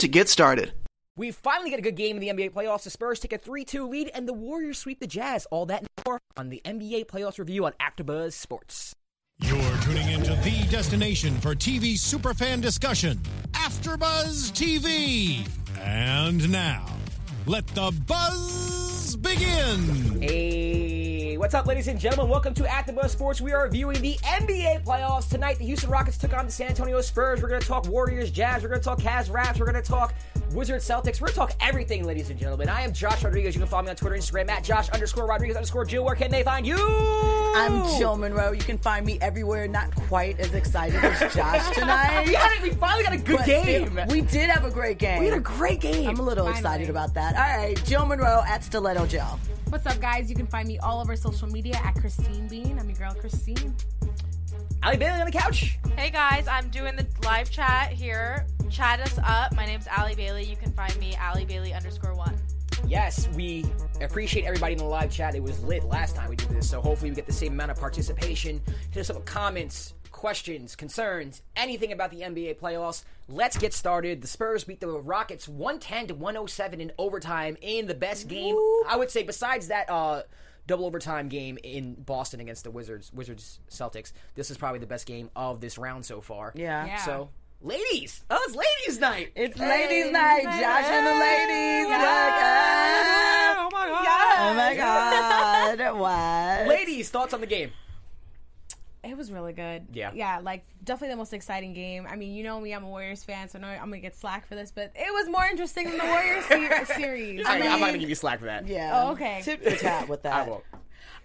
to get started. We finally get a good game in the NBA playoffs. The Spurs take a 3-2 lead, and the Warriors sweep the Jazz. All that and more on the NBA playoffs review on AfterBuzz Sports. You're tuning into the destination for TV superfan discussion, AfterBuzz TV. And now, let the buzz begin. Hey, what's up, ladies and gentlemen? Welcome to AfterBuzz Sports. We are reviewing the NBA playoffs tonight. The Houston Rockets took on the San Antonio Spurs. We're going to talk Warriors, Jazz. We're going to talk Cavs, Raps. We're going to talk Wizards, Celtics. We're going to talk everything, ladies and gentlemen. I am Josh Rodriguez. You can follow me on Twitter, Instagram at Josh underscore Rodriguez underscore Jill. Where can they find you? I'm Jill Monroe. You can find me everywhere. Not quite as excited as Josh tonight. We, had a, we finally got a good But game. still, we did have a great game. we had a great game. I'm a little excited about that. All right, Jill Monroe at Stiletto Jill. What's up, guys? You can find me all over social media at Christine Bean. I'm your girl, Christine. Ali Bailey on the couch. Hey guys, I'm doing the live chat here. Chat us up. My name's Allie Bailey. You can find me Allie Bailey underscore one. Yes, we appreciate everybody in the live chat. It was lit last time we did this, so hopefully we get the same amount of participation. Hit us up with comments, questions, concerns, anything about the NBA playoffs. Let's get started. The Spurs beat the Rockets 110 to 107 in overtime in the best game, I would say, besides that uh, double overtime game in Boston against the Wizards, Wizards Celtics. This is probably the best game of this round so far. Yeah. Yeah. So, ladies, oh, it's ladies' night. It's ladies' night. Josh and the ladies. Look up. my god. Oh my God. What? ladies, thoughts on the game? It was really good. Yeah. Yeah, like definitely the most exciting game. I mean, you know me, I'm a Warriors fan, so I know I'm going to get slack for this, but it was more interesting than the Warriors se- series. I I am not mean, gonna give you slack for that. Yeah. Oh, okay. Tip for tat with I that. won't.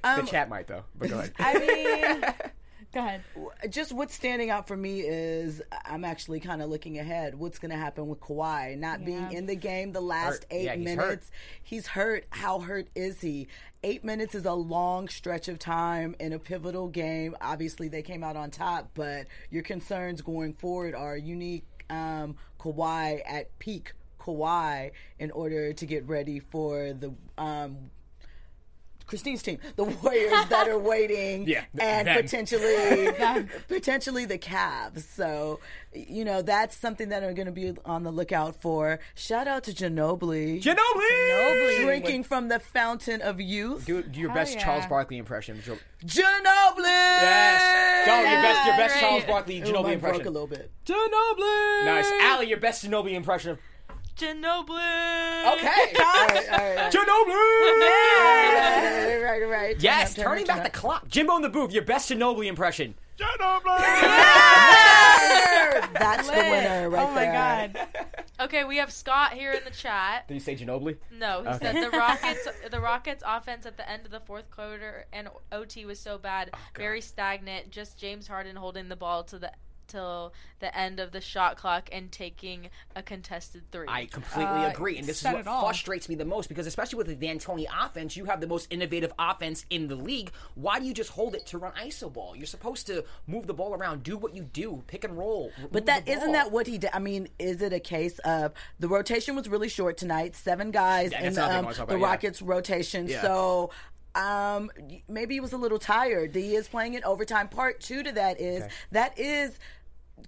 Um, the chat might though. But go ahead. I mean, go ahead. just what's standing out for me is I'm actually kind of looking ahead. What's going to happen with Kawhi not being in the game the last Hurt. eight Yeah, he's hurt. minutes? He's hurt. How hurt is he? Eight minutes is a long stretch of time in a pivotal game. Obviously, they came out on top, but your concerns going forward are you need um, Kawhi at peak Kawhi in order to get ready for the. Um, Christine's team, the Warriors that are waiting Yeah, th- and them. potentially potentially the Cavs. So, you know, that's something that I'm going to be on the lookout for. Shout out to Ginobili. Ginobili. Drinking from the fountain of youth. Do, do your best yeah. Charles Barkley impression. Jo- Ginobili! Yes. Go, your best, your best Great. Charles Barkley Ooh, Ginobili mine broke a impression. little bit. Ginobili. Nice. Allie, your best Ginobili impression. Of- Ginobili. okay. All right, all right, all right. Ginobili. Right, right, right. Turn yes. up, turn turning up, back turn the clock. Jimbo in the booth. Your best Ginobili impression. up. That's the winner right oh my there. god. Okay, we have Scott here in the chat. Did you say Ginobili? No, he said the Rockets the Rockets offense at the end of the fourth quarter and OT was so Oh, bad, very stagnant, just James Harden holding the ball to the till the end of the shot clock and taking a contested three. I completely Uh, agree, and this is said what it all. frustrates me the most because, especially with the D'Antoni offense, you have the most innovative offense in the league. Why do you just hold it to run iso ball? You're supposed to move the ball around, do what you do, pick and roll. But that isn't that what he did. I mean, is it a case of the rotation was really short tonight? Seven guys Yeah, in that's another thing I um, wanna talk the about, yeah. Rockets rotation. So um, maybe he was a little tired. He is playing in overtime. Part two to that is that is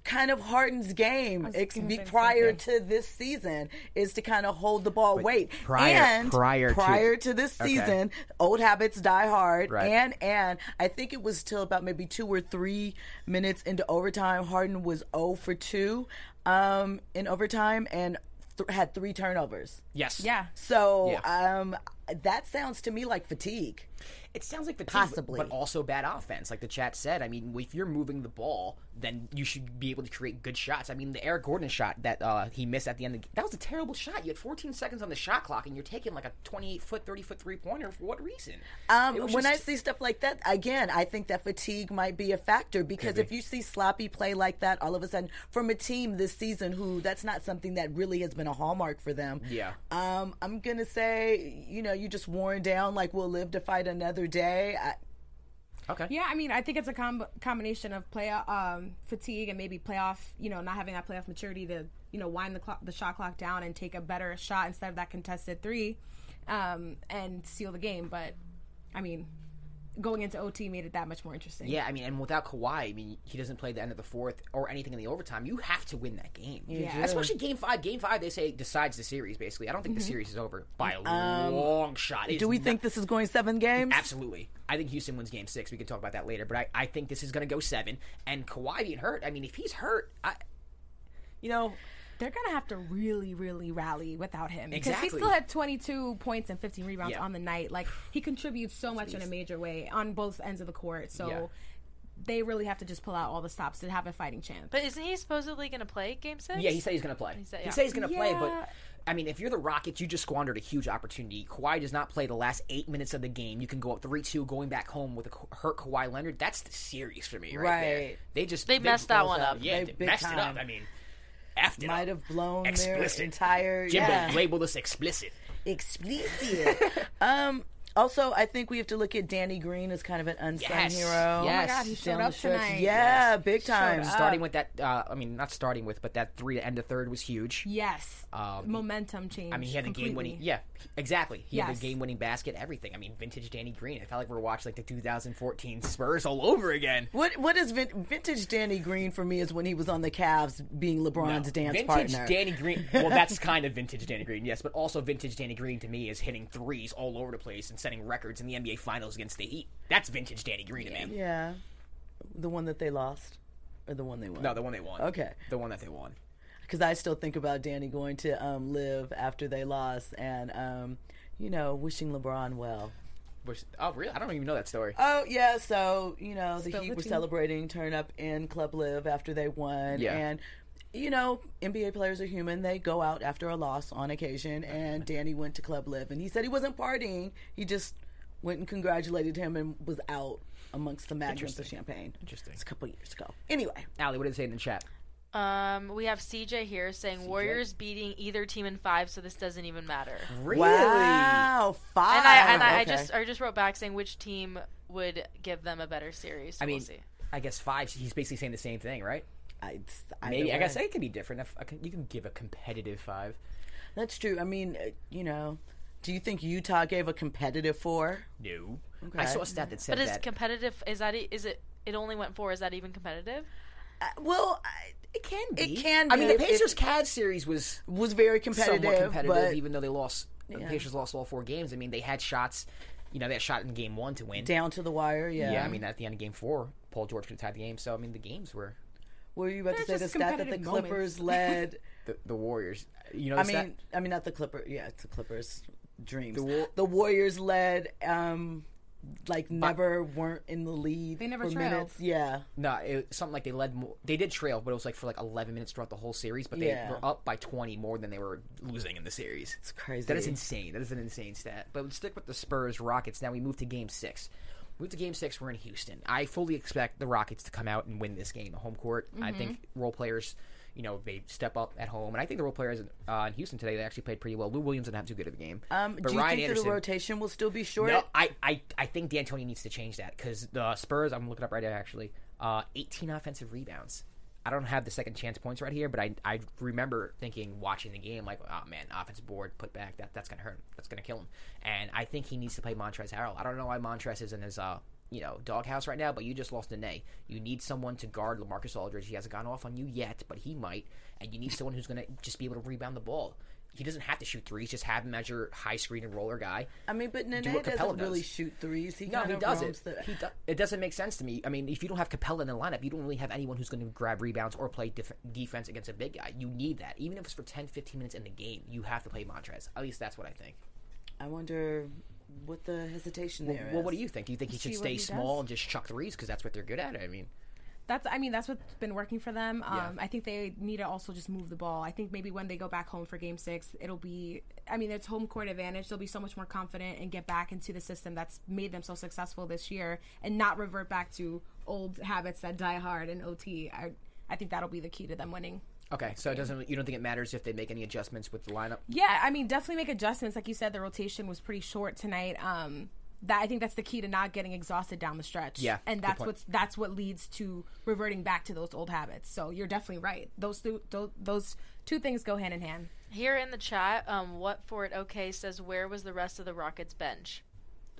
kind of Harden's game ex- be- prior to this season is to kind of hold the ball weight. prior- and prior to- prior to this season, old habits die hard. Right. And and I think it was till about maybe two or three minutes into overtime, Harden was 0 for 2 um, in overtime and th- had three turnovers. Yes. Yeah. So Yeah. um, that sounds to me like fatigue. It sounds like fatigue, but- Possibly. but also bad offense. Like the chat said, I mean, if you're moving the ball, then you should be able to create good shots. I mean, the Eric Gordon shot that uh, he missed at the end of the that was a terrible shot. You had 14 seconds on the shot clock, and you're taking like a 28 foot, 30 foot three pointer. For what reason? Um, It when was I just- see stuff like that, again, I think that fatigue might be a factor because if you see sloppy play like that all of a sudden from a team this season who that's not something that really has been a hallmark for them. Yeah. Um, I'm going to say, you know, you just worn down like we'll live to fight another day. I, okay, Yeah, I mean, I think it's a com- combination of play um, fatigue and maybe playoff, you know, not having that playoff maturity to, you know, wind the clock, the shot clock down and take a better shot instead of that contested three, um, and seal the game. But, I mean, going into OT made it that much more interesting. Yeah, I mean, and without Kawhi, I mean, he doesn't play the end of the fourth or anything in the overtime. You have to win that game, do. especially game five. Game five, they say decides the series. Basically, I don't think the series is over by a long shot. It Um, do is we not- think this is going seven games? Absolutely. I think Houston wins game six. We can talk about that later, but I, I think this is going to go seven. And Kawhi being hurt, I mean, if he's hurt, I, you know, They're gonna have to really, really rally without him because Exactly. he still had 22 points and 15 rebounds Yeah. on the night. Like he contributes so much in a major way on both ends of the court. So. Yeah. They really have to just pull out all the stops to have a fighting chance. But isn't he supposedly going to play game six? yeah, he said he's going to play. He said- said, yeah. he's going to play, Yeah. but I mean, if you're the Rockets, you just squandered a huge opportunity. Kawhi does not play the last eight minutes of the game. You can go up three two, going back home with a Ka- hurt Kawhi Leonard. That's the series for me, right, there. Right. They just They messed that one up. Yeah, They they big messed it up. time. I mean, after Might have blown their explicit entire- Jimbo yeah. label this explicit. Explicit. um, also, I think we have to look at Danny Green as kind of an unsung Yes. hero. Oh Yes. God, Oh he showed Down the up stretch. tonight. Yeah, big time. starting with that, uh, I mean, not starting with, but that three to end the third was huge. Yes. Momentum change. Um, I mean, he had the game winning. completely. Yeah, exactly. He had Yes. the game winning basket. Everything. I mean, vintage Danny Green. It felt like we were watching like the 2014 Spurs all over again. What what is vin- vintage Danny Green for me is when he was on the Cavs being LeBron's dance vintage partner. Danny Green. Well, that's kind of vintage Danny Green, yes, but also vintage Danny Green to me is hitting threes all over the place and setting records in the NBA Finals against the Heat. That's vintage Danny Green to me. yeah, the one that they lost or the one they won. No, the one they won. Okay. the one that they won. because I still think about Danny going to um, live after they lost and um, you know wishing LeBron well. Which, oh, really? I don't even know that story. Oh yeah, so you know the Spill Heat the were tea. celebrating turn up in Club Live after they won, Yeah. and you know NBA players are human; they go out after a loss on occasion. And Danny went to Club Live, and he said he wasn't partying; he just went and congratulated him and was out amongst the magnums of champagne. Interesting. It's a couple years ago. Anyway, Allie, what did it say in the chat? Um, we have CJ here saying Warriors beating either team in five, so this doesn't even matter. Really? wow, five. And I and I, I Okay. just uh, I just wrote back saying which team would give them a better series. I mean, we'll see. I guess five. He's basically saying the same thing, right? I, it's either Maybe I guess way. it could be different. If I can, you can give a competitive five. that's true. I mean, uh, you know, do you think Utah gave a competitive four? No, I saw a stat that said But is that. competitive? Is that e- is it? It only went four. Is that even competitive? Well, I- it can be. It can. Be I mean, the if- if- Pacers Cavs series was was very competitive. somewhat competitive, but even though they lost. The Pacers lost all four games. I mean, they had shots. You know, they had shot in game one to win. down to the wire. Yeah. Yeah, I mean, at the end of game four, Paul George could have tied the game. So I mean, the games were were you about to say They're the just stat that the competitive moments. Clippers led? the, the Warriors. You know, I the mean, stat- I mean, not the Clipper. Yeah, it's the Clippers' dreams. The, Wa- Warriors led. Um, like never weren't in the lead. They never for trailed. minutes. Yeah. No, it, something like they led. More, they did trail, but it was like for like eleven minutes throughout the whole series. But they Yeah. were up by twenty more than they were losing in the series. It's crazy. That is insane. That is an insane stat. But let's stick with the Spurs Rockets. Now we move to Game Six. Move to Game Six. We're in Houston. I fully expect the Rockets to come out and win this game at home court. Mm-hmm. I think role players. You know they step up at home, and I think the role players in, uh, in Houston today they actually played pretty well. Lou Williams didn't have too good of a game, Um, but do you Ryan think Anderson. that the rotation will still be short? No, I, I, I think D'Antoni needs to change that because the Spurs. I'm looking up right now actually. Uh, 18 offensive rebounds. I don't have the second chance points right here, but I, I remember thinking watching the game like, oh man, offensive board put back that that's gonna hurt him. That's gonna kill him. And I think he needs to play Montrezl Harrell. I don't know why Montrezl is in his uh you know doghouse right now, but you just lost Nene. You need someone to guard LaMarcus Aldridge. He hasn't gone off on you yet, but he might. And you need someone who's gonna just be able to rebound the ball. He doesn't have to shoot threes. Just have him as your high screen and roller guy. I mean, but Nene what doesn't Capella does. really shoot threes. He No, kind he of roams doesn't. The, He do- it doesn't make sense to me. I mean, if you don't have Capella in the lineup, you don't really have anyone who's going to grab rebounds or play def- defense against a big guy. You need that. Even if it's for 10, 15 minutes in the game, you have to play Montrez. At least that's what I think. I wonder what the hesitation there is. Well, what do you think? Do you think he should See what stay he small does. and just chuck threes because that's what they're good at? I mean, That's I mean that's what's been working for them. Um, I think they need to also just move the ball. I think maybe when they go back home for Game Six, it'll be I mean it's home court advantage. They'll be so much more confident and get back into the system that's made them so successful this year, and not revert back to old habits that die hard in OT. I I think that'll be the key to them winning. okay, so it doesn't. You don't think it matters if they make any adjustments with the lineup? Yeah, I mean, definitely make adjustments. Like you said, the rotation was pretty short tonight. Um, that I think that's the key to not getting exhausted down the stretch. Yeah, and good that's point. what's that's what leads to reverting back to those old habits. So you're definitely right. Those two those, those two things go hand in hand. Here in the chat, um, what for it okay says, where was the rest of the Rockets bench?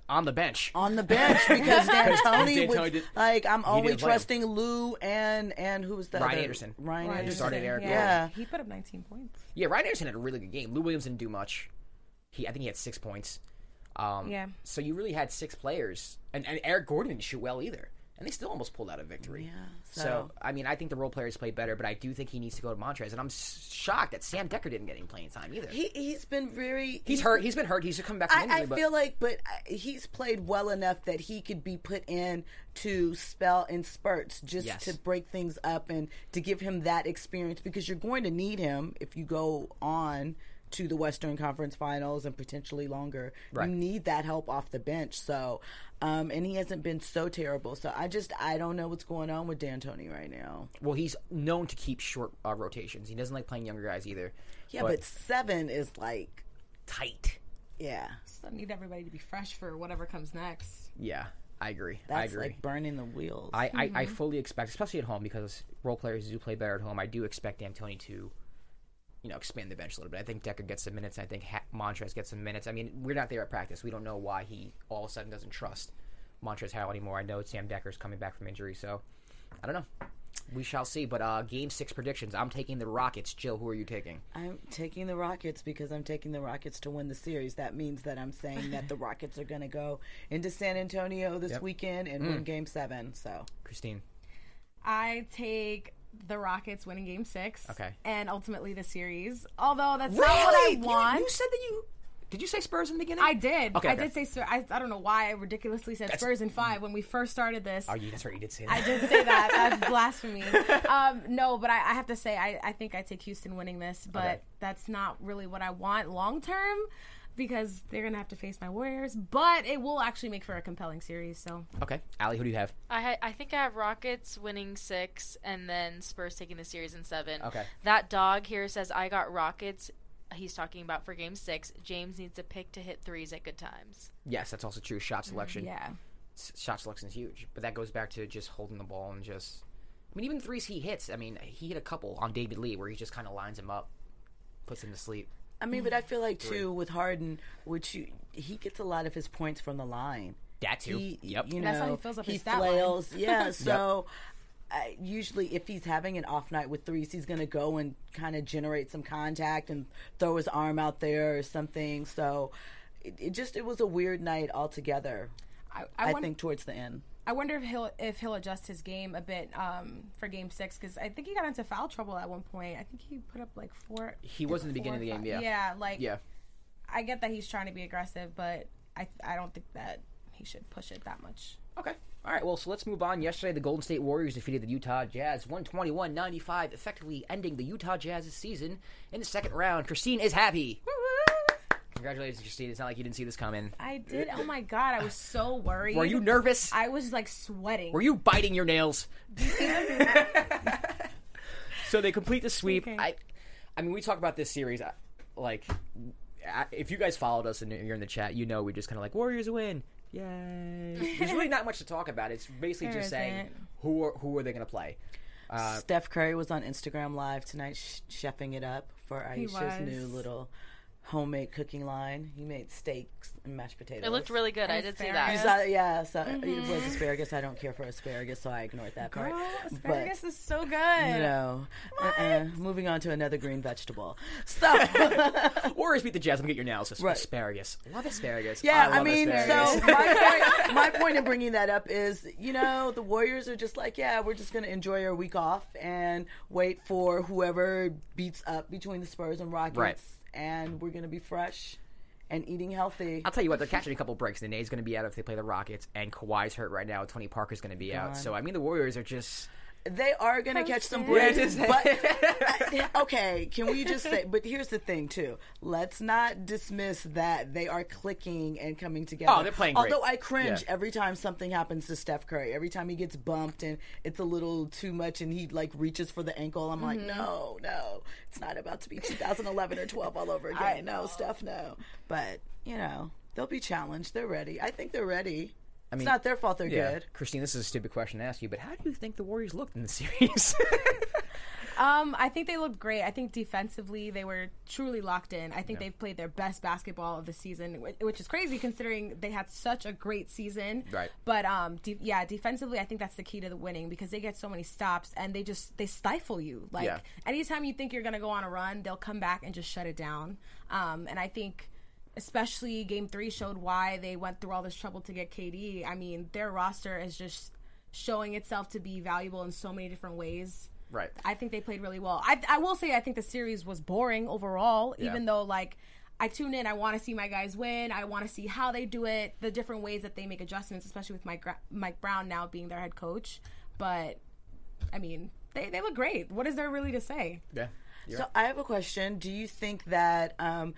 On the bench. on the bench because D'Antoni D'Antoni was did- like, I'm only didn't play him. trusting Lou and and who was the Ryan other- Anderson. Ryan Ryan Anderson. Started Eric Yeah. he put up 19 points. Yeah, Ryan Anderson had a really good game. Lou Williams didn't do much. He, I think he had six points. Um, Yeah. So you really had six players, and, and Eric Gordon didn't shoot well either, and they still almost pulled out a victory. Yeah. So. so- I mean, I think the role players played better, but I do think he needs to go to Montrez, and I'm s- shocked that Sam Decker didn't get any playing time either. He he's been very he's hurt. He's been hurt. He's come back from injury. I, I but feel like, but I- he's played well enough that he could be put in to spell in spurts just Yes. to break things up and to give him that experience because you're going to need him if you go on to the Western Conference Finals and potentially longer. Right. You need that help off the bench. So, um, and he hasn't been so terrible. So I just I don't know what's going on with D'Antoni right now. well, he's known to keep short uh, rotations. He doesn't like playing younger guys either. Yeah, but seven is like tight. yeah, Still need everybody to be fresh for whatever comes next. Yeah, I agree. I that's agree. like burning the wheels. I, I, Mm-hmm. I fully expect, especially at home, because role players do play better at home. I do expect D'Antoni to, you know, expand the bench a little bit. I think Decker gets some minutes. I think ha- Montrez gets some minutes. I mean, we're not there at practice. We don't know why he all of a sudden doesn't trust Montrez Harrell anymore. I know Sam Decker's coming back from injury, so I don't know. We shall see. But uh, game six predictions. I'm taking the Rockets. Jill, who are you taking? I'm taking the Rockets because I'm taking the Rockets to win the series. That means that I'm saying that the Rockets are going to go into San Antonio this weekend and win Game Seven. So Christine. I take the Rockets winning Game Six. Okay. and ultimately the series. Although that's not what I You- want. You, said that you. Did you say Spurs in the beginning? I did. Okay, I okay. did say Spurs. I, I don't know why I ridiculously said Spurs in five when we first started this. Oh, you, that's right. You did say that. I did say that. That's blasphemy. Um, no, but I, I have to say, I, I think I take Houston winning this, but Okay. that's not really what I want long term because they're going to have to face my Warriors. But it will actually make for a compelling series. So Okay, Allie, who do you have? I ha- I think I have Rockets winning six and then Spurs taking the series in seven. Okay. That dog here says I got Rockets. He's talking about for game six. James needs a pick to hit threes at good times. Yes, that's also true. Shot selection. yeah, s- shot selection is huge. But that goes back to just holding the ball and just. I mean, even the threes he hits. I mean, he hit a couple on David Lee where he just kind of lines him up, puts him to sleep. I mean, but I feel like too with Harden, which you, he gets a lot of his points from the line. That too. He, yep. You know, That's how he fills up he his stat line. flails. Yeah, so. I usually, if he's having an off night with threes, he's going to go and kind of generate some contact and throw his arm out there or something. So, it, it just it was a weird night altogether. I, I, I, wonder, think towards the end. I wonder if he'll if he'll adjust his game a bit um, for Game Six because I think he got into foul trouble at one point. I think he put up like four. He was in the beginning of the four or game. Yeah. five- Yeah, like Yeah. I get that he's trying to be aggressive, but I I don't think that he should push it that much. Okay. All right. Well, so let's move on. Yesterday, the Golden State Warriors defeated the Utah Jazz 121-95, effectively ending the Utah Jazz's season in the second round. Christine is happy. Congratulations, Christine. It's not like you didn't see this coming. I did. Oh my god, I was so worried. Were you nervous? I was like sweating. Were you biting your nails? so they complete the sweep. Okay. I, I mean, we talk about this series. I- Like, I- if you guys followed us and you're in the chat, you know we just kind of like Warriors win. Yay! There's really not much to talk about. It's basically There just saying isn't. who are who are they going to play. Uh, Steph Curry was on Instagram Live tonight, sh- chefing it up for Aisha's was. new little homemade cooking line. He made steaks and mashed potatoes. It looked really good. I And did see Farrah. that. You saw- yeah, so uh, it was asparagus. I don't care for asparagus, so I ignored that part. Mm-hmm. Girl, But- asparagus is so good. no. Uh-uh. Moving on to another green vegetable. So, Warriors beat the Jazz. I'm gonna get your nails. Right. Asparagus. Love asparagus. yeah, love I, mean, asparagus. so my point, my point in bringing that up is, you know, the Warriors are just like, yeah, we're just going to enjoy our week off and wait for whoever beats up between the Spurs and Rockets, and we're going to be fresh and eating healthy. I'll tell you what, they're catching a couple breaks. Nane's going to be out if they play the Rockets, and Kawhi's hurt right now. Tony Parker's going to be out. So I mean, the Warriors are just They are going to catch some Yeah, breaks. just- but okay, can we just say? But here's the thing, too. Let's not dismiss that they are clicking and coming together. Oh, they're playing great. Although I cringe Yeah. every time something happens to Steph Curry. Every time he gets bumped and it's a little too much, and he like reaches for the ankle. I'm like, no, no, it's not about to be 2011 or 12 all over again. no, Steph, no. But you know, they'll be challenged. They're ready. I think they're ready. it's not their fault. They're yeah. good. Christine, this is a stupid question to ask you, but how do you think the Warriors looked in the series? Um, I think they looked great. I think defensively they were truly locked in. I think they've played their best basketball of the season, wh- which is crazy considering they had such a great season. Right. But um, de- yeah, defensively I think that's the key to the winning because they get so many stops and they just they stifle you. Like Yeah. anytime you think you're gonna go on a run, they'll come back and just shut it down. Um, and I think. Especially game three showed why they went through all this trouble to get KD. I mean, their roster is just showing itself to be valuable in so many different ways. Right. I think they played really well. I, I will say I think the series was boring overall, even though like I tune in, I want to see my guys win. I want to see how they do it, the different ways that they make adjustments, especially with Mike Gra- Mike Brown now being their head coach. But I mean, they they look great. What is there really to say? yeah. So I have a question. Do you think that, um,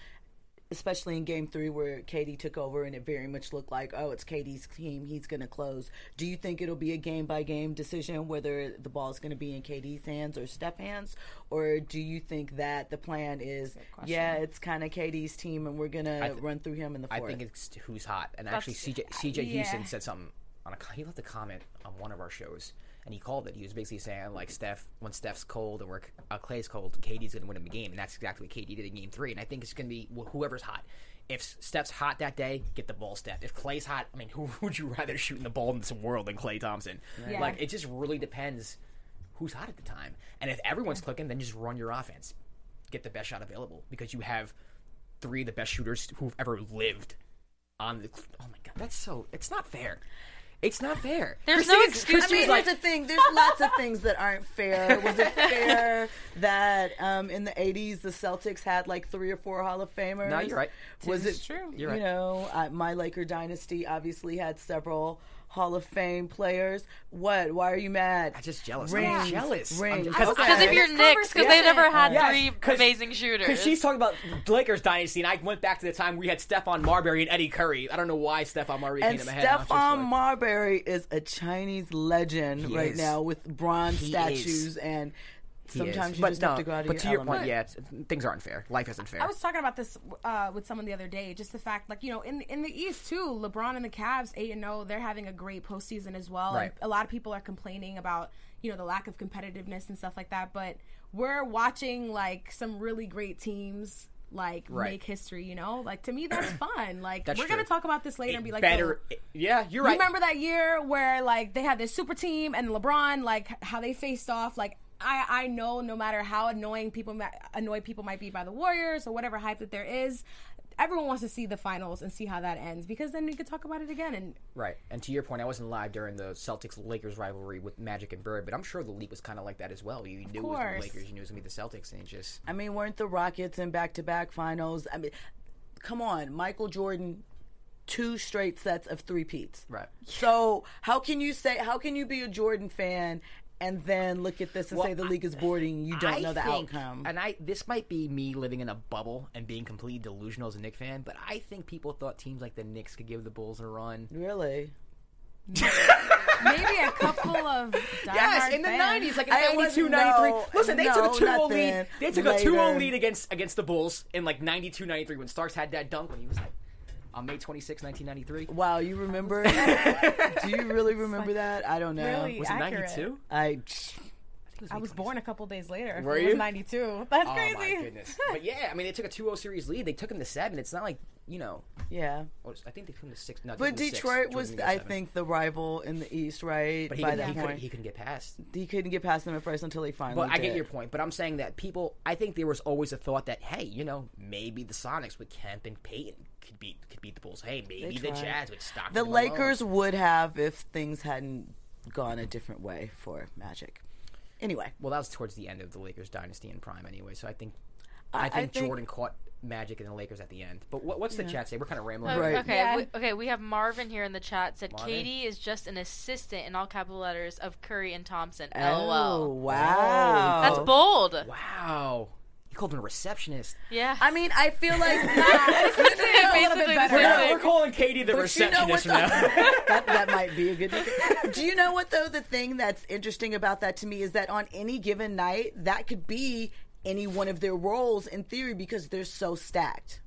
especially in Game Three, where Katie took over and it very much looked like, oh, it's Katie's team, he's going to close. Do you think it'll be a game by game decision whether the ball is going to be in Katie's hands or Steph hands, or do you think that the plan is, yeah, it's kind of Katie's team and we're going to run through him in the I fourth? think it's who's hot. And actually, CJ, CJ Houston said something on a co- he left a comment on one of our shows, and he called it. He was basically saying like Steph, when Steph's cold and we're uh, Clay's cold, KD's going to win him a game, and that's exactly what KD did in Game Three. And I think it's going to be wh- whoever's hot. If Steph's hot that day, get the ball, Steph. If Clay's hot, I mean, who would you rather shoot in the ball in this world than Clay Thompson? Yeah. Like, it just really depends who's hot at the time. And if everyone's clicking, then just run your offense. Get the best shot available because you have three of the best shooters who've ever lived on the. Oh my god, that's so. It's not fair. It's not fair. There's no Christine's- excuse I for mean, Christine's like, here's the thing. There's lots of things that aren't fair. Was it fair that um, in the '80s the Celtics had like three or four Hall of Famers? No, you're right. Was This it is true. You You're right. know, uh, my Laker dynasty obviously had several Hall of Fame players. What? Why are you mad? I'm just jealous. Rings, I'm jealous. Rings. Because Because if Okay. you're It's Knicks, because they've never had Yes, three 'cause- amazing shooters. Because she's talking about Lakers dynasty, and I went back to the time we had Stephon Marbury and Eddie Curry. I don't know why Stephon Marbury And came to my head. I was just like- Stephon Marbury is a Chinese legend He right is. now with bronze He is. statues, and Yes. sometimes you but just no, have to go out of but your, to your element. point, yeah, it's- things aren't fair. Life isn't fair. I was talking about this uh, with someone the other day. Just the fact, like you know, in in the East too, LeBron and the Cavs, eight and zero, they're having a great postseason as well. Right. And a lot of people are complaining about you know the lack of competitiveness and stuff like that. But we're watching like some really great teams like Right. make history. You know, like to me that's fun. Like That's we're gonna true. talk about this later and be like, better. "Yo, yeah, you're right. Remember that year where like they had this super team and LeBron, like h- how they faced off. Like I, I know no matter how annoying people ma- annoy people might be by the Warriors or whatever hype that there is, everyone wants to see the finals and see how that ends because then you could talk about it again. And Right. And to your point, I wasn't live during the Celtics Lakers rivalry with Magic and Bird, but I'm sure the league was kind of like that as well. You knew it was course. the Lakers, you knew it was going to be the Celtics, and it just. I mean, weren't the Rockets in back to back finals? I mean, come on, Michael Jordan, two straight sets of three peats. Right. So how can you say how can you be a Jordan fan and then look at this and say the league is boarding? You don't I know the think- outcome. And I this might be me living in a bubble and being completely delusional as a Knicks fan, but I think people thought teams like the Knicks could give the Bulls a run. really. maybe a couple of diehard Yes, in the fans. 90s, like in I 92, wasn't- 93. no, Listen, they took no, a 2 0 not lead. then. They took a 2 0 Later. lead against against the Bulls in like 92, 93 when Starks had that dunk when he was like on May 26, 1993. Wow, you remember? Do you really remember that? I don't know. really Was it accurate. 92? I I was born a couple days later. Were Were you? you? Ninety two. That's Oh crazy. my goodness! But yeah, I mean, they took a 2-0 series lead. They took them to seven. It's not like you know. yeah. What is, I think they took them to six. No, they But took them to six. Detroit Jordan was, didn't go I seven. think, the rival in the East, right? But he, By couldn't- that he, point, couldn't, he couldn't get past. he couldn't get past them at first until he finally. But I get did. your point. But I'm saying that people, I think there was always a thought that hey, you know, maybe the Sonics with Kemp and Payton could beat could beat the Bulls. Hey, maybe the tried. Jazz would stop The them alone. Lakers would have if things hadn't gone a different way for Magic. Anyway, Well, that was towards the end of the Lakers dynasty in prime anyway. So I think I, think, think- Jordan caught Magic and the Lakers at the end. But what, what's the chat say? We're kind of rambling. Oh, Right. Okay. Yeah. We, okay. We have Marvin here in the chat said Marvin? Katie is just an assistant in all capital letters of Curry and Thompson. Oh, LOL. wow. That's bold. Wow. You called him a receptionist. Yeah. I mean, I feel like nah, Basically the We're, same thing. we're calling Katie the But you know receptionist what now. though- that, that might be a good. Do you know what though? The thing that's interesting about that to me is that on any given night, that could be any one of their roles in theory because they're so stacked.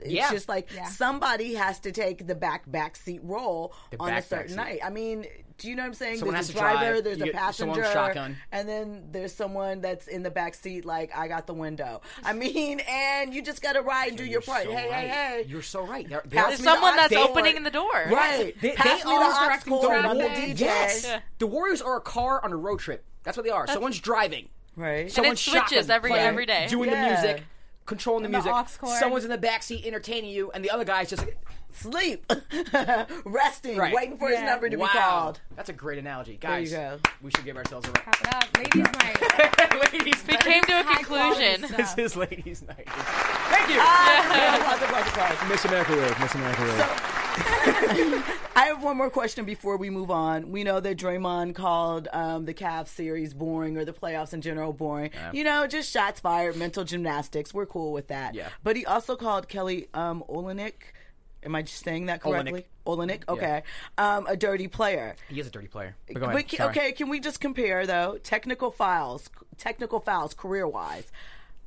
It's Yeah. just like Yeah. somebody has to take the back backseat role on back a certain backseat. night. I mean, do you know what I'm saying? Someone there's has to a drive, driver, there's you a get- someone passenger, with shotgun. and then there's someone that's in the back seat like I got the window. I mean, and you just got to ride and do your You're part. so hey, right. hey, hey. You're so right. There- Pass there- There's me the someone that's ox opening cord. the door. Right. They- Pass they me the all ox directing cord. I'm the traffic. DJ. Yes. Yeah. The Warriors are a car on a road trip. That's what they are. Someone's driving. Right. And Someone's it switches shotgun every playing, every day. Doing Yeah. the music, controlling the the music. aux cord. Someone's in the backseat entertaining you, and the other guy's just like, Sleep. Resting. Right. Waiting for his Yeah. number to wow. be called. That's a great analogy. There you Guys, go. we should give ourselves a round. Wrap it up. Ladies' night. ladies, We night. came to a High quality conclusion. stuff. This is ladies' night. Thank you. Applause, applause, applause. Miss America Wave, Miss America Wave. I have one more question before we move on. We know that Draymond called um, the Cavs series boring or the playoffs in general boring. You know, just shots fired, mental gymnastics. We're cool with that. Yeah. But he also called Kelly um, Olenek. Am I just saying that correctly? Olenek. Okay. Um, a dirty player. he is a dirty player. But go But ahead. ca- Sorry. okay, can we just compare though? Technical files, technical files, career wise.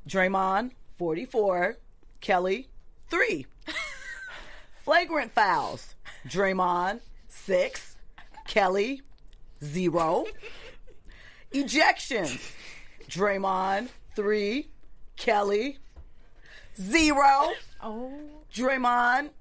Draymond, forty-four. Kelly, three. Flagrant fouls. Draymond, six. Kelly, zero. Ejections. Draymond, three. Kelly, zero. Oh, Draymond,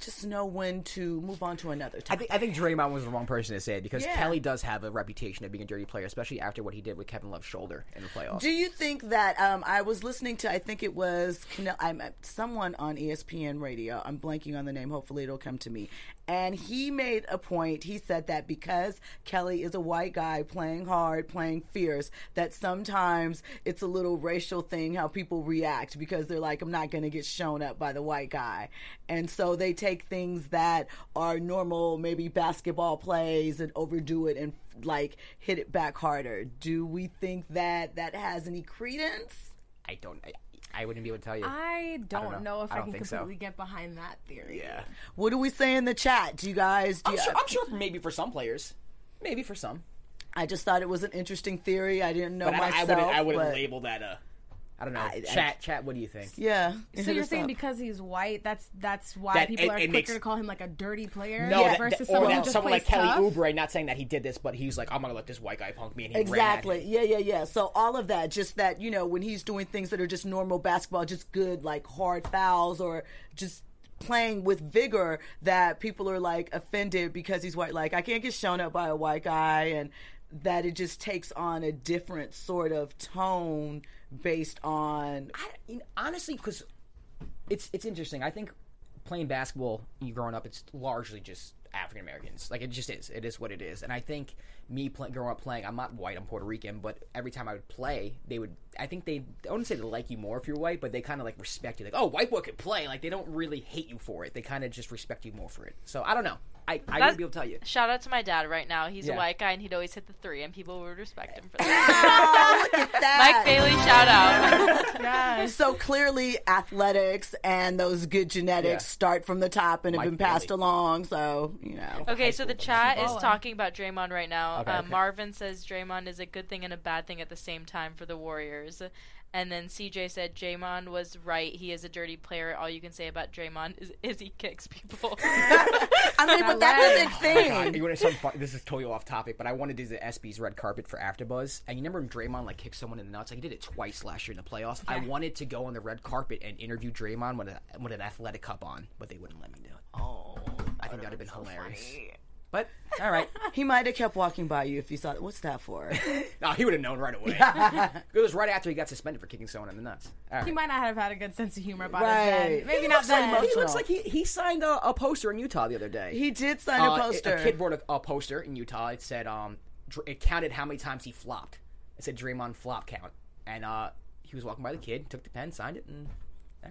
just know when to move on to another I topic. think, I think Draymond was the wrong person to say it because Yeah. Kelly does have a reputation of being a dirty player, especially after what he did with Kevin Love's shoulder in the playoffs. Do you think that um, I was listening to? I think it was Canel, I'm, uh, someone on ESPN radio. I'm blanking on the name. Hopefully, it'll come to me. And he made a point. He said that because Kelly is a white guy playing hard, playing fierce, that sometimes it's a little racial thing how people react because they're like, "I'm not going to get shown up by the white guy," and so they take things that are normal, maybe basketball plays, and overdo it and like hit it back harder. Do we think that that has any credence? I don't. I, I wouldn't be able to tell you. I don't, know. know if I I, don't can think so. completely get behind that theory. yeah. What do we say in the chat? Do you guys? Do I'm, you- sure, I'm sure maybe for some players, maybe for some. I just thought it was an interesting theory. I didn't know But I, myself. I wouldn't. I wouldn't but- label that a. I don't know. I- I- chat. chat. What do you think? Yeah. So you're saying because he's white, that's that's why That- people it- are it quicker makes- to call him like a dirty player No, that, versus that- or someone who that just someone plays like Kelly tough? Oubre. Not saying that he did this, but he's like, I'm gonna let this white guy punk me, and he ran at Exactly. him. Yeah, yeah, yeah. So all of that, just that, you know, when he's doing things that are just normal basketball, just good, like hard fouls or just playing with vigor that people are like offended because he's white. Like, I can't get shown up by a white guy and that it just takes on a different sort of tone based on I, you know, honestly, because it's it's interesting. I think playing basketball, you growing up, it's largely just African Americans. Like it just is. It is what it is. And I think me play, growing up playing, I'm not white. I'm Puerto Rican. But every time I would play, they would. I think they. I wouldn't say they like you more if you're white, but they kind of like respect you. Like, oh, white boy can play. Like they don't really hate you for it. They kind of just respect you more for it. So I don't know. I I wouldn't be able to tell you. Shout out to my dad right now. He's Yeah. a white guy and he'd always hit the three, and people would respect him for that. Mike that. Bailey, shout out. So clearly, athletics and those good genetics Yeah. start from the top and have Mike been passed Bailey. along. So, you know. Okay, so the chat is Baller. talking about Draymond right now. Okay, uh, okay. Marvin says Draymond is a good thing and a bad thing at the same time for the Warriors. And then CJ said Draymond was right. He is a dirty player. All you can say about Draymond is, is he kicks people. I mean, but that's a big Oh my God, thing. you want to fun? This is totally off topic, but I wanted to do the SB's red carpet for AfterBuzz, and you remember when Draymond like kicked someone in the nuts? Like he did it twice last year in the playoffs. I wanted to go on the red carpet and interview Draymond with, a, with an athletic cup on, but they wouldn't let me do it. Oh, I think that would have been hilarious. But all right, He might have kept walking by you if you saw. What's that for? no, he would have known right away. it was right after he got suspended for kicking someone in the nuts. All right. He might not have had a good sense of humor about it Right. then. Maybe not then. He looks like he, he signed a, a poster in Utah the other day. He did sign Uh, a poster. A kid wrote a, a poster in Utah. It said um, Dr- it counted how many times he flopped. It said Draymond flop count, and uh, he was walking by the kid, took the pen, signed it, and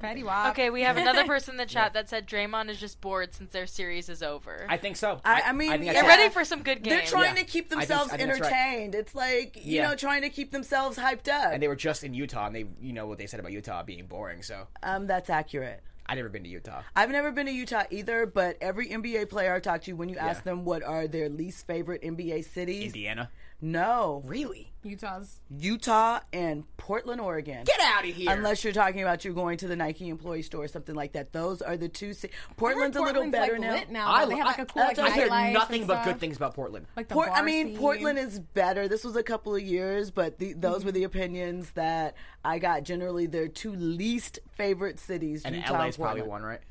Fetty Wap. Okay, we have another person in the chat that said Draymond is just bored since their series is over. I think so. I, I mean, I think yeah. Get ready for some good They're games. trying Yeah. to keep I think- themselves I think that's right. entertained. It's like you Yeah. know, trying to keep themselves hyped up. and they were just in Utah, and they, you know, what they said about Utah being boring. So um, that's accurate. I've never been to Utah. I've never been to Utah either, but every NBA player I talk to, when you ask Yeah. them what are their least favorite NBA cities, Indiana, no, really? Utah's. Utah and Portland, Oregon. Get out of here! Unless you're talking about you going to the Nike employee store or something like that. Those are the two. ci- Portland's, a little Portland's, better like, now. Lit now. I, um, they have like a cool I, like I hear nightlife nothing and but stuff. good things about Portland. Like the Port- I bar mean, scene. Portland is better. This was a couple of years, but the, those Mm-hmm. were the opinions that I got. Generally, their two least favorite cities. and Utah LA's probably Portland. one, right?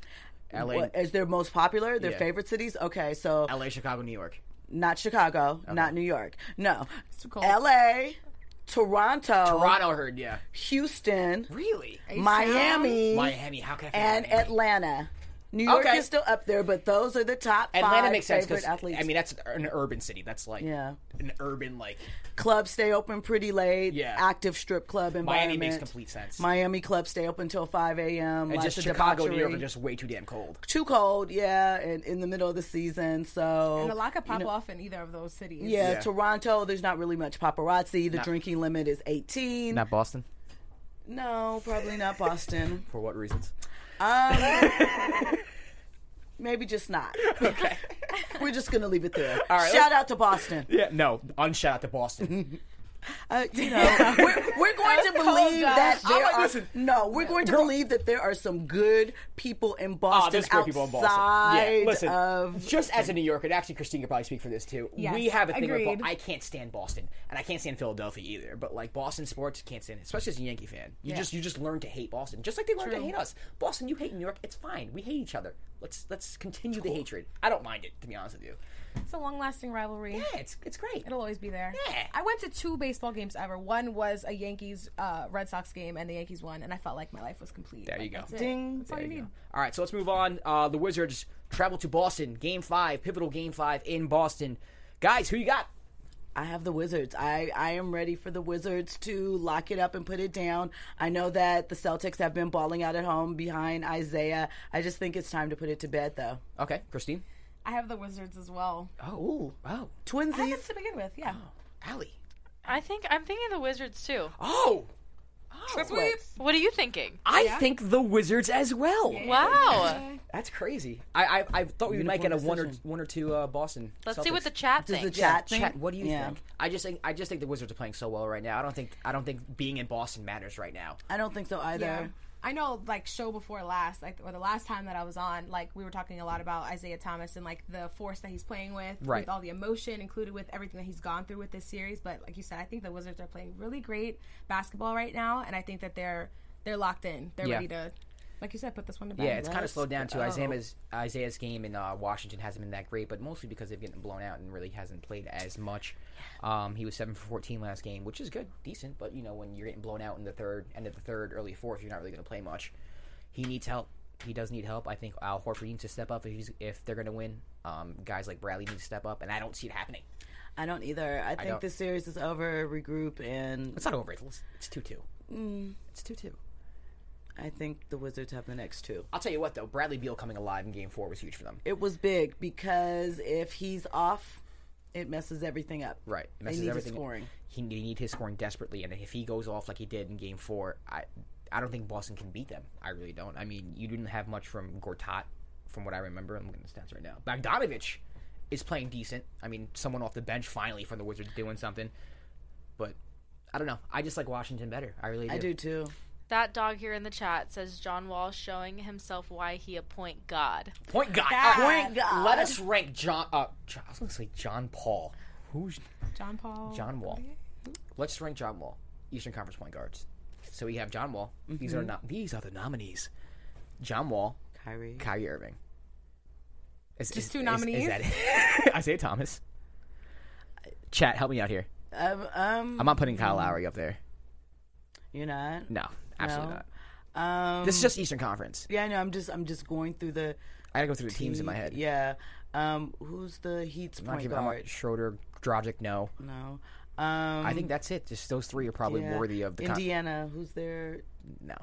LA, What, as their most popular, their Yeah. favorite cities. Okay, so LA, Chicago, New York. not Chicago, not New York. No, too cold. L.A., Toronto, Toronto heard, yeah. Houston, Really? Miami, Miami. How can I? forget and Miami? Atlanta. New York Okay. is still up there, but those are the top Atlanta five makes sense favorite because athletes. I mean that's an urban city. That's like Yeah. an urban like clubs stay open pretty late. Yeah. Active strip club environment. Miami makes complete sense. Miami clubs stay open till 5 a.m. and lots just of Chicago, New York debauchery. are just way too damn cold. too cold, yeah, and in the middle of the season. So And a lot could pop off in either of those cities. yeah, Toronto, there's not really much paparazzi. The drinking limit is 18. Not Boston. No, probably not Boston. For what reasons? Maybe just not. Okay. We're just gonna leave it there. right, Shout out to Boston. Yeah, no. Unshout out to Boston. Uh, you know, we're, we're going to believe that I'm there like, are listen, no. We're going to believe that there are some good people in Ah, Boston there's great people in Boston. outside Yeah, listen. of just as a New Yorker, and actually Christine could probably speak for this too. Yes, we have a thing with agreed. Bo- I can't stand Boston, and I can't stand Philadelphia either. But like Boston sports, can't stand it, especially as a Yankee fan. You just you just learn to hate Boston, just like they learned to hate us. Boston, you hate New York. It's fine. We hate each other. Let's let's continue the hatred. I don't mind it, to be honest with you. It's a long lasting rivalry. Yeah, it's it's great. It'll always be there. Yeah. I went to two baseball games ever. One was a Yankees uh, Red Sox game, and the Yankees won, and I felt like my life was complete. There you Like, go. That's it. Ding. That's all you need. All right, so let's move on. Uh, the Wizards travel to Boston. Game five, pivotal game five in Boston. Guys, who you got? I have the Wizards. I, I am ready for the Wizards to lock it up and put it down. I know that the Celtics have been balling out at home behind Isaiah. I just think it's time to put it to bed, though. Okay, Christine. I have the Wizards as well. Oh, ooh, oh, I have Twinsies. it to begin with, yeah. Allie. I think I'm thinking the Wizards too. Oh, Triplets. What are you thinking? I think the Wizards as well. Wow. That's crazy. I I, I thought we might get a one or decision. one or two uh, Boston. Let's see what Celtics. the chat Does the thinks. chat think? Chat, what do you Yeah. think? I just think I just think the Wizards are playing so well right now. I don't think I don't think being in Boston matters right now. I don't think so either. Yeah. I know, like show before last, like or the last time that I was on, like we were talking a lot about Isaiah Thomas and like the force that he's playing with, Right. with all the emotion included with everything that he's gone through with this series. But like you said, I think the Wizards are playing really great basketball right now, and I think that they're they're locked in. They're Yeah. ready to, like you said, put this one to bed. Yeah, it's kind of Let's slowed down too. go. Isaiah's Isaiah's game in uh, Washington hasn't been that great, but mostly because they've gotten blown out and really hasn't played as much. Um, he was seven for fourteen last game, which is good, decent. But you know, when you're getting blown out in the third, end of the third, early fourth, you're not really going to play much. He needs help. He does need help. I think Al Horford needs to step up if he's if they're going to win. Um, guys like Bradley need to step up, and I don't see it happening. I don't either. I think don't. this series is over. Regroup, and It's not over. It's it's two two. It's two two. I think the Wizards have the next two. I'll tell you what though, Bradley Beal coming alive in Game Four was huge for them. It was big because if he's off, it messes everything up. Right. They need his scoring. He they need his scoring desperately, and if he goes off like he did in Game Four, I I don't think Boston can beat them. I really don't. I mean, you didn't have much from Gortat, from what I remember. I'm looking at the stats right now. Bogdanovich is playing decent. I mean, someone off the bench finally from the Wizards doing something, but. I don't know. I just like Washington better. I really do. I do too. That dog here in the chat says John Wall showing himself why he appoint God. Point guy. Point God. Let us rank John. Uh, John I was going to say John Paul. Who's John Paul, John Wall. Let's rank John Wall, Eastern Conference point guards. So we have John Wall. These are not these are the nominees. John Wall, Kyrie. Kyrie Irving. Is, Just two Is, nominees? that it? Isaiah Thomas. Chat, help me out here. Um, um, I'm not putting Kyle Lowry up there. you're not. No, absolutely No. not. this is just Eastern Conference. Yeah, I know. I'm just, I'm just going through the I gotta go through the teams in my head. Yeah. Um, who's the Heat's I'm not point giving I'm not guard? Schroeder, Drogic, no. No. Um, I think that's it. Just those three are probably yeah. worthy of the con- Indiana. who's their no.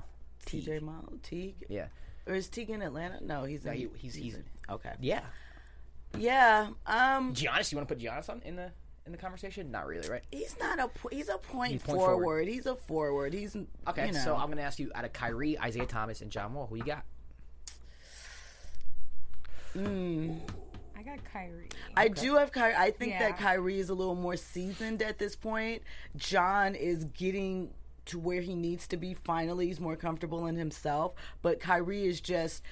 TJ Miles, Teague, Yeah. or is Teague in Atlanta? No, he's in, he- he's- he's- in- okay. Yeah. Yeah, um, Giannis, you want to put Giannis on in the in the conversation? Not really, right? he's not a po- he's a point, He's point forward. forward. He's a forward. He's Okay, You know. so I'm going to ask you out of Kyrie, Isaiah Thomas, and John Wall, who you got? I got Kyrie. I do have Kyrie. I think Yeah. that Kyrie is a little more seasoned at this point. John is getting to where he needs to be finally. He's more comfortable in himself, but Kyrie is just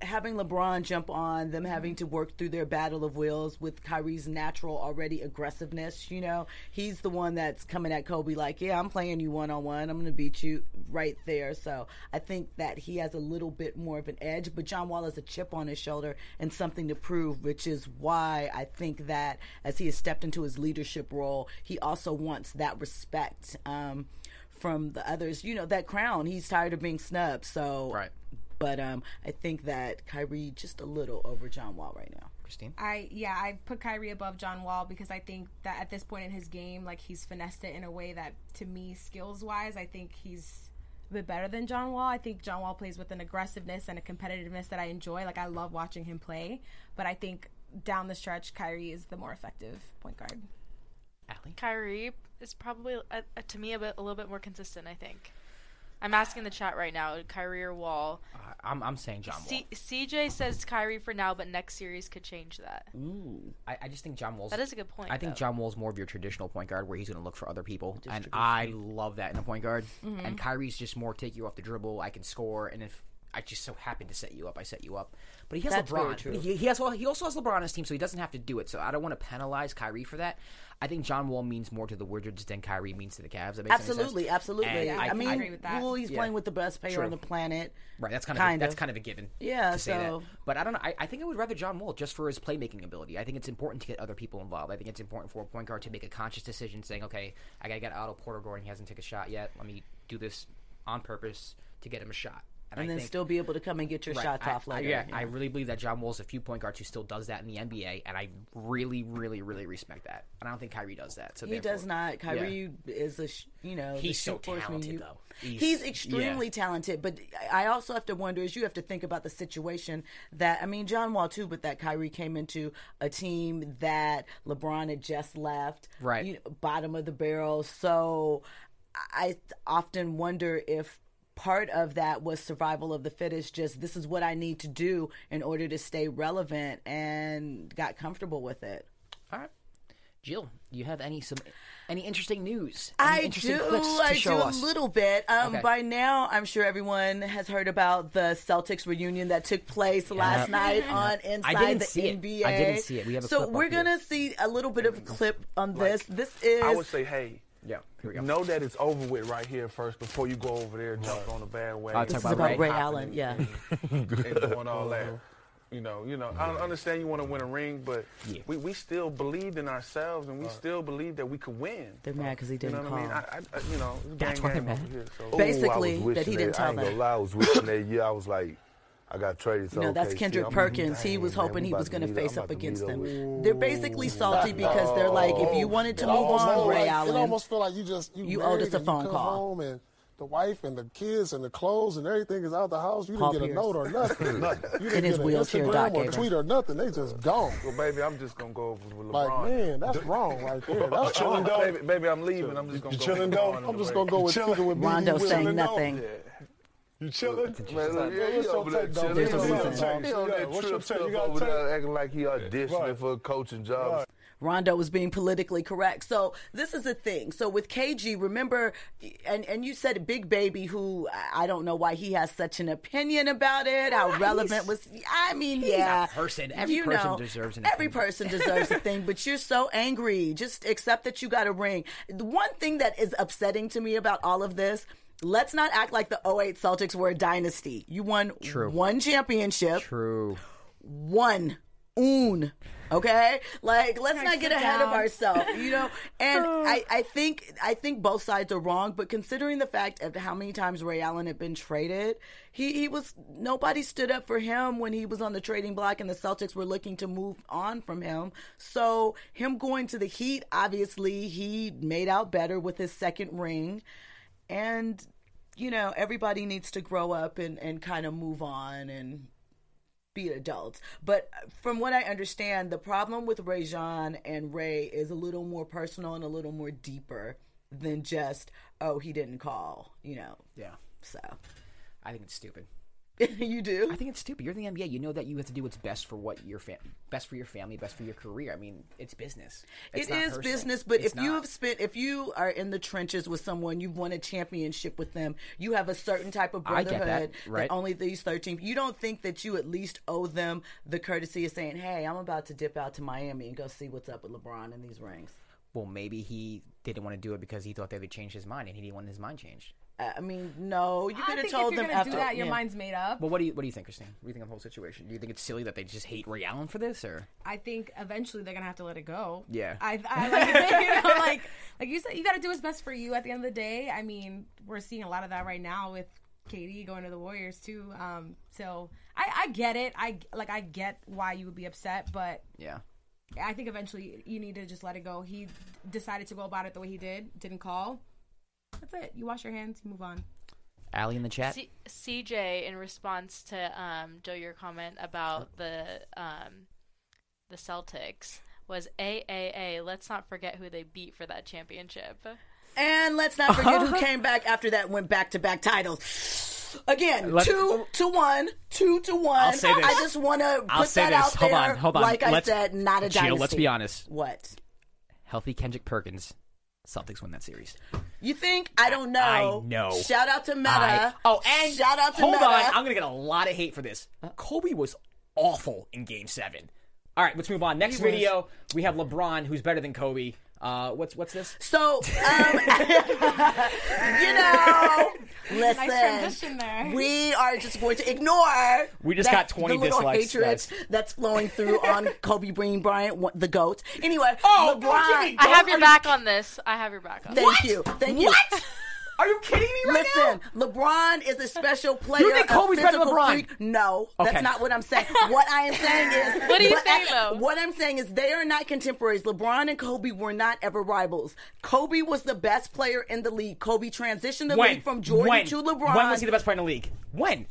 having LeBron jump on them having to work through their battle of wills with Kyrie's natural already aggressiveness, you know. He's the one that's coming at Kobe like, "Yeah, I'm playing you one on one. I'm going to beat you right there." So, I think that he has a little bit more of an edge, but John Wall has a chip on his shoulder and something to prove, which is why I think that as he has stepped into his leadership role, he also wants that respect um from the others, you know, that crown. He's tired of being snubbed. So Right. but um, I think that Kyrie just a little over John Wall right now. Christine? I yeah, I put Kyrie above John Wall because I think that at this point in his game, like he's finessed it in a way that to me, skills wise, I think he's a bit better than John Wall. I think John Wall plays with an aggressiveness and a competitiveness that I enjoy. Like I love watching him play, but I think down the stretch, Kyrie is the more effective point guard. Allie? Kyrie is probably uh, uh, to me a bit a little bit more consistent. I think. I'm asking the chat right now, Kyrie or Wall. I- I'm, I'm saying John Wall. C- CJ says Kyrie for now, but next series could change that. I, I just think John Wall's. That is a good point. I think though. John Wall's more of your traditional point guard, where he's going to look for other people, and I love that in a point guard. Mm-hmm. And Kyrie's just more take you off the dribble. I can score, and if I just so happen to set you up, I set you up. But he has That's very LeBron. true. He, he has he also has LeBron on his team, so he doesn't have to do it. So I don't want to penalize Kyrie for that. I think John Wall means more to the Wizards than Kyrie means to the Cavs. That makes any sense. Absolutely, absolutely. And I, mean, agree with that. well, he's Yeah. playing with the best player True. on the planet. Right, that's kind, Kind of, a, that's of. kind of a given. Yeah, to say so- that. But I don't know. I, I think I would rather John Wall just for his playmaking ability. I think it's important to get other people involved. I think it's important for a point guard to make a conscious decision, saying, "Okay, I gotta get Otto Porter going. He hasn't taken a shot yet. Let me do this on purpose to get him a shot." And I then think- still be able to come and get your Right, shots I- off I- later. yeah, I really believe that John Wall's a few point guards who still does that in the NBA, and I really, really, really respect that. And I don't think Kyrie does that. So he does therefore- not. Kyrie is a sh- you know the He's so shoot force when talented, you- though. He's, He's- extremely yeah. talented, but I I also have to wonder is you have to think about the situation that I mean John Wall too, but that Kyrie came into a team that LeBron had just left, Right. You know, bottom of the barrel. So I often wonder if part of that was survival of the fittest just this is what i need to do in order to stay relevant and got comfortable with it All right. Jill, do you have any some any interesting news? Any I interesting do. clips to I show do us? a little bit. Um, Okay. By now, I'm sure everyone has heard about the Celtics reunion that took place last night on Inside Mm-hmm. didn't the see it. I NBA. didn't see it. We have a so clip up we're here. Mm-hmm. gonna see a little bit of a clip on this. This is "Oh, I would say, hey, Yeah, here we go. know that it's over with right here first before you go over there and jump on the bandwagon. I'll talk this is about about Ray Ray Allen. Yeah. and doing all that. You know, you know. I don't understand you want to win a ring, but Yeah. we, we still believed in ourselves, and we still believed that we could win. They're mad 'cause he You know didn't what I mean? call. I, I, I- you know, it's That's gang why they're gang over mad. here, so- Basically, Ooh, I was that he wishing didn't I tell ain't gonna them. lie, I was wishing that year I was like, I got traded. To No, that's OKC. Kendrick I'm- Perkins. he dang, was man, hoping we he about was to going to meet- face I'm up about to meet against up them. with- They're basically salty because they're like, if you wanted to Oh, It move almost on, feel Ray like- It Allen. almost feel like you just you, you owed married us a and phone you come call. Home and the wife and the kids and the clothes and everything is out the house. You Paul didn't get Pierce. a note or nothing. you didn't In his get an wheelchair, Doc Instagram or Abrams. tweet or nothing. They just gone. Well, baby, I'm just gonna go over with LeBron. Like man, that's wrong right there. That's Chill and wrong. go. Baby, baby, I'm leaving. I'm just gonna You go. chillin' with though? LeBron in I'm the just ring. gonna go with Chilling. speaking with BB Rondo Wilson saying and all. nothing. You chilling? Man, look, yeah, he What's your over there take, dog? chilling. There's a He on reason. that- he on Yeah, that what's trip your take? stuff You got a over take? there. Still acting like he auditioning Right. for a coaching job. Rondo was being politically correct. So this is the thing. So with KG, remember, and and you said Big Baby, who I- I don't know why he has such an opinion about it. How relevant was? I mean, yeah, a person. Every person deserves an Every opinion. person deserves a thing. But you're so angry. Just accept that you got a ring. The one thing that is upsetting to me about all of this. Let's not act like the 08 Celtics were a dynasty. You won one championship True. one oon okay like let's not get sit ahead of down. Oh. ourselves you know and I, I think i think both sides are wrong but considering the fact of how many times ray allen had been traded he, he was nobody stood up for him when he was on the trading block and the celtics were looking to move on from him so him going to the heat obviously he made out better with his second ring and you know, everybody needs to grow up and, and kind of move on and be adults. But from what I understand, the problem with Rajon and Ray is a little more personal and a little more deeper than just, oh, he didn't call, you know. Yeah. So I think it's stupid. you do? I think it's stupid. You're in the NBA. You know that you have to do what's best for what your fam- best for your family, best for your career. I mean, it's business. It's It not is personal. business, but It's if you not. have spent, if you are in the trenches with someone, you've won a championship with them, you have a certain type of I get that, brotherhood right. only these 13, you don't think that you at least owe them the courtesy of saying, hey, I'm about to dip out to Miami and go see what's up with LeBron and these rings. well, maybe he didn't want to do it because he thought they would change his mind, and he didn't want his mind changed. Uh, I mean, no, you could I think have if told you're them gonna after do that, your yeah. mind's made up. Well, what do you what do you think, Christine? What do you think of the whole situation? Do you think it's silly that they just hate Ray Allen for this, or I think eventually they're gonna have to let it go. Yeah. I, I like, you know, like, like you said, you got to do what's best for you. At the end of the day, I mean, we're seeing a lot of that right now with KD going to the Warriors too. Um, so I, I get it. I like, I get why you would be upset, but yeah? I think eventually you need to just let it go. He decided to go about it the way he did. Didn't call. That's it. You wash your hands. You move on. Allie in the chat. C- CJ, in response to um, Joe, your comment about the um, the Celtics was AAA. Let's not forget who they beat for that championship. And let's not forget who came back after that went back to back titles. Again, Let- two to one, two to one. I'll say this. I just want to put I'll say that this. out Hold there. on, hold on. Like I Let's- said, not a Jill, dynasty. let's be honest. What Healthy Kendrick Perkins, Celtics win that series. you think? I don't know. I know. Shout out to Meta. I- oh, and shout out to hold Meta. on, I'm gonna get a lot of hate for this. Kobe was awful in Game Seven. All right, let's move on. Next video, we have LeBron, who's better than Kobe. Uh, what's what's this? So, um, you know, listen. transition there. We are just going to ignore. We just got 20 the little dislikes, hatred guys. that's flowing through on Kobe Bryant, Bryant, wa- the goat. Anyway, Oh, don't give me LeBron. I have your back on this. I have your back on. Thank this. you. Thank you. Are you kidding me right Listen, LeBron is a special player. You think a Kobe's better than physical LeBron? freak. No, Okay. that's not what I'm saying. What I am saying is, What are you but saying, I- though? What I'm saying is, they are not contemporaries. LeBron and Kobe were not ever rivals. Kobe was the best player in the league. Kobe transitioned now? the When league from Jordan when? to LeBron. When was he the best player in the league? When?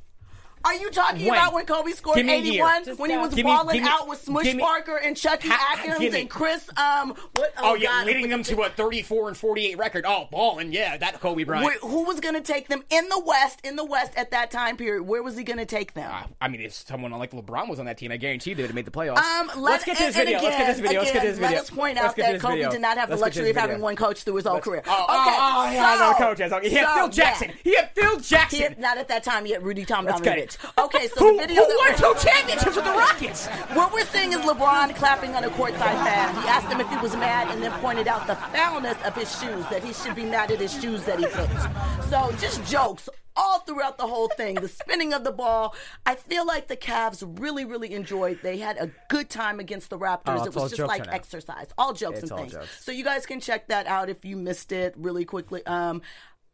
Are you talking When? about when Kobe scored Give me a year. 81? Just When he go. was Give me- balling give me- out with Smush give me- Parker and Chucky Ha- give Atkins me- and Chris? Um, what? Oh, Oh, yeah, God, leading them to a 34 and 48 record. Oh, balling, yeah, that Kobe Bryant. Wh- who was going to take them in the West? In the West at that time period, where was he going to take them? I mean, if someone like LeBron was on that team, I guarantee they would have made the playoffs. Um, let, let's get this and- and video. let's get this video. again- let's get this again, video. Let us point Let's out get that this Kobe video. did not have the Let's get luxury this of having video. one coach through his whole career. Oh, oh, okay, oh, yeah, I know so- coach has. Okay, he had so, Phil Jackson. yeah. He had Phil Jackson. He had- not at that time yet, Rudy Tom Let's get Donovich. it. Okay, so who, the video who won that- two championships with the Rockets? What we're seeing is LeBron clapping on a courtside fan. He asked him if he was mad and then pointed out the foulness of his shoes, that he should be mad at his shoes that he picked. So just jokes all throughout the whole thing. The spinning of the ball. I feel like the Cavs really, really enjoyed. They had a good time against the Raptors. Oh, it's it all was just jokes like right now. exercise. All jokes It's and all things. jokes. So you guys can check that out if you missed it really quickly. Um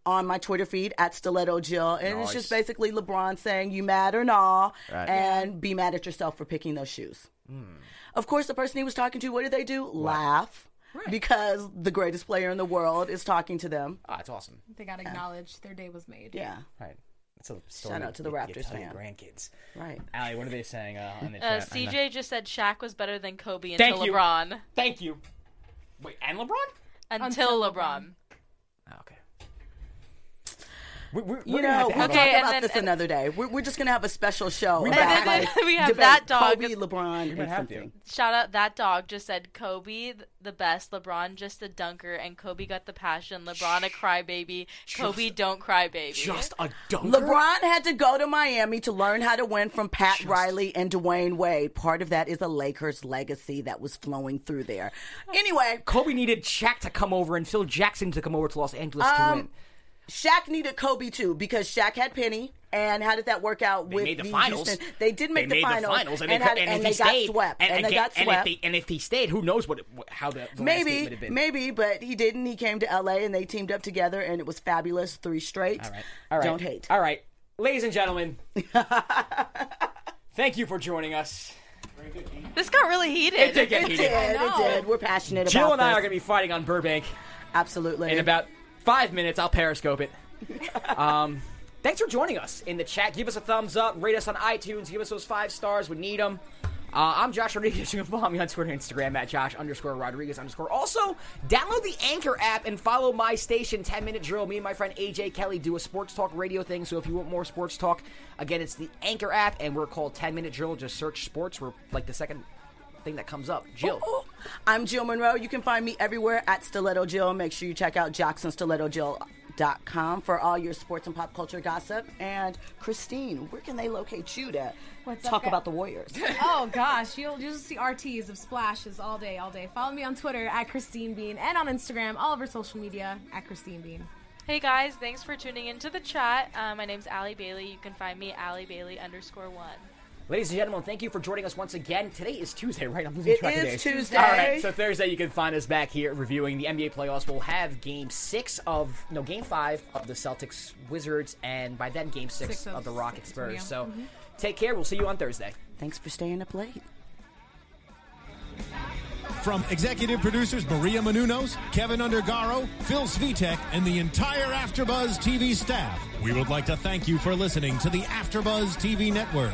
on my Twitter feed at Stiletto Jill, and it's just Nice. basically LeBron saying you mad or nah, Right. Hmm. and be mad at yourself for picking those shoes. Of course, the person he was talking to, what did they do? Laugh. Because the greatest player in the world is talking to them. Ah, it's awesome. They got to acknowledge their day was made. Yeah, All right. That's a story Shout out to the you- you Raptors tell your fan. grandkids. right. Allie, what are they saying uh, on the Uh, chat? I'm not- CJ just said Shaq was better than Kobe Thank until you. LeBron. Thank you. Wait, and LeBron? Until, Until LeBron. LeBron. Oh, okay. We, we, we're You gonna have know, to we'll have Okay, a- talk and about then- this and- another day. We're, we're just going to have a special show. might about, have to- we have debate that dog. Kobe, LeBron, might and have to. something. Shout out that dog just said Kobe th- the best, LeBron just a dunker, and Kobe got the passion. LeBron a crybaby, Kobe don't crybaby. just a dunker. LeBron had to go to Miami to learn how to win from Pat Riley and Dwayne Wade. Part of that is a Lakers legacy that was flowing through there. Anyway, Kobe needed Shaq to come over and Phil Jackson to come over to Los Angeles Um, to win. Shaq needed Kobe too because Shaq had Penny. And how did that work out with made the finals. Houston? They did make they the made finals, the finals, and, had- they, and if they he stayed, got swept. and, And, they again- got swept. And if, they, and if he stayed, who knows what, it, what how the, the landscape would maybe, have been? maybe, but he didn't. He came to LA and they teamed up together, and it was fabulous. Three straight. All right, all right, Don't hate. All right, ladies and gentlemen, thank you for joining us. This got really heated. Take it, It Edie. did. It did. We're passionate Jill about and I this. are going to be fighting on Burbank Absolutely. in about five minutes. I'll periscope it. Um, thanks for joining us in the chat. Give us a thumbs up. Rate us on iTunes. Give us those five stars. We need them. Uh, I'm Josh Rodriguez. You can follow me on Twitter and Instagram at Josh underscore Rodriguez underscore. Also, download the Anchor app and follow my station, 10 Minute Drill. Me and my friend AJ Kelly do a sports talk radio thing. So if you want more sports talk, again, it's the Anchor app and we're called 10 Minute Drill. Just search sports. We're like the second thing that comes up. Jill. I'm Jill Monroe. You can find me everywhere at Stiletto Jill. Make sure you check out JacksonStilettoJill.com for all your sports and pop culture gossip. And Christine, where can they locate you to What's up, talk guy? about the Warriors? oh gosh, you'll you'll just see RTs of splashes all day, all day. Follow me on Twitter at Christine Bean and on Instagram, all over social media at Christine Bean. Hey guys, thanks for tuning into the chat. Uh, my name's Allie Bailey. You can find me Allie Bailey underscore one. Ladies and gentlemen, thank you for joining us once again. Today is Tuesday, right? I'm losing It track of is days. Tuesday. All right, so Thursday you can find us back here reviewing the NBA playoffs. We'll have Game Six of no Game Five of the Celtics Wizards, and by then Game Six, Six of, of the Rockets six, Spurs. yeah. Mm-hmm. So take care. We'll see you on Thursday. Thanks for staying up late. From executive producers Maria Manunos, Kevin Undergaro, Phil Svitek, and the entire AfterBuzz TV staff, we would like to thank you for listening to the AfterBuzz TV network.